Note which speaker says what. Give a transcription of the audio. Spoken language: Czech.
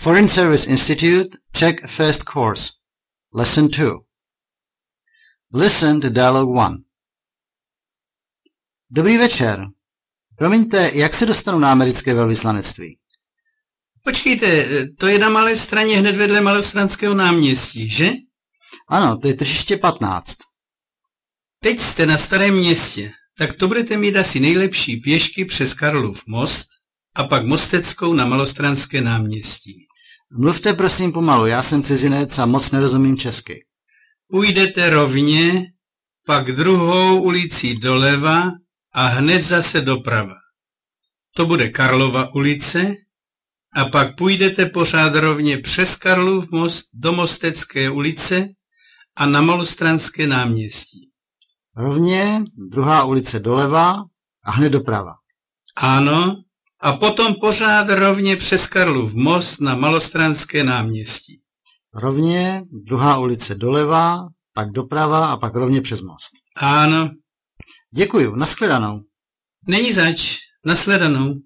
Speaker 1: Foreign Service Institute, Czech First Course, Lesson 2. Listen to Dialogue 1. Dobrý večer. Promiňte, jak se dostanu na americké velvyslanectví?
Speaker 2: Počkejte, eh, to je na malé straně hned vedle malostranského náměstí, že?
Speaker 1: Ano, to je tržiště 15.
Speaker 2: Teď jste na starém městě, tak to budete mít asi nejlepší pěšky přes Karlův most a pak Mosteckou na malostranské náměstí.
Speaker 1: Mluvte prosím pomalu, já jsem cizinec a moc nerozumím česky.
Speaker 2: Půjdete rovně, pak druhou ulicí doleva a hned zase doprava. To bude Karlova ulice a pak půjdete pořád rovně přes Karlův most do Mostecké ulice a na malostranské náměstí.
Speaker 1: Rovně, druhá ulice doleva a hned doprava.
Speaker 2: Ano, a potom pořád rovně přes Karlův most na Malostranské náměstí.
Speaker 1: Rovně, druhá ulice doleva, pak doprava a pak rovně přes most.
Speaker 2: Ano,
Speaker 1: Děkuji, nashledanou.
Speaker 2: není zač, nasledanou.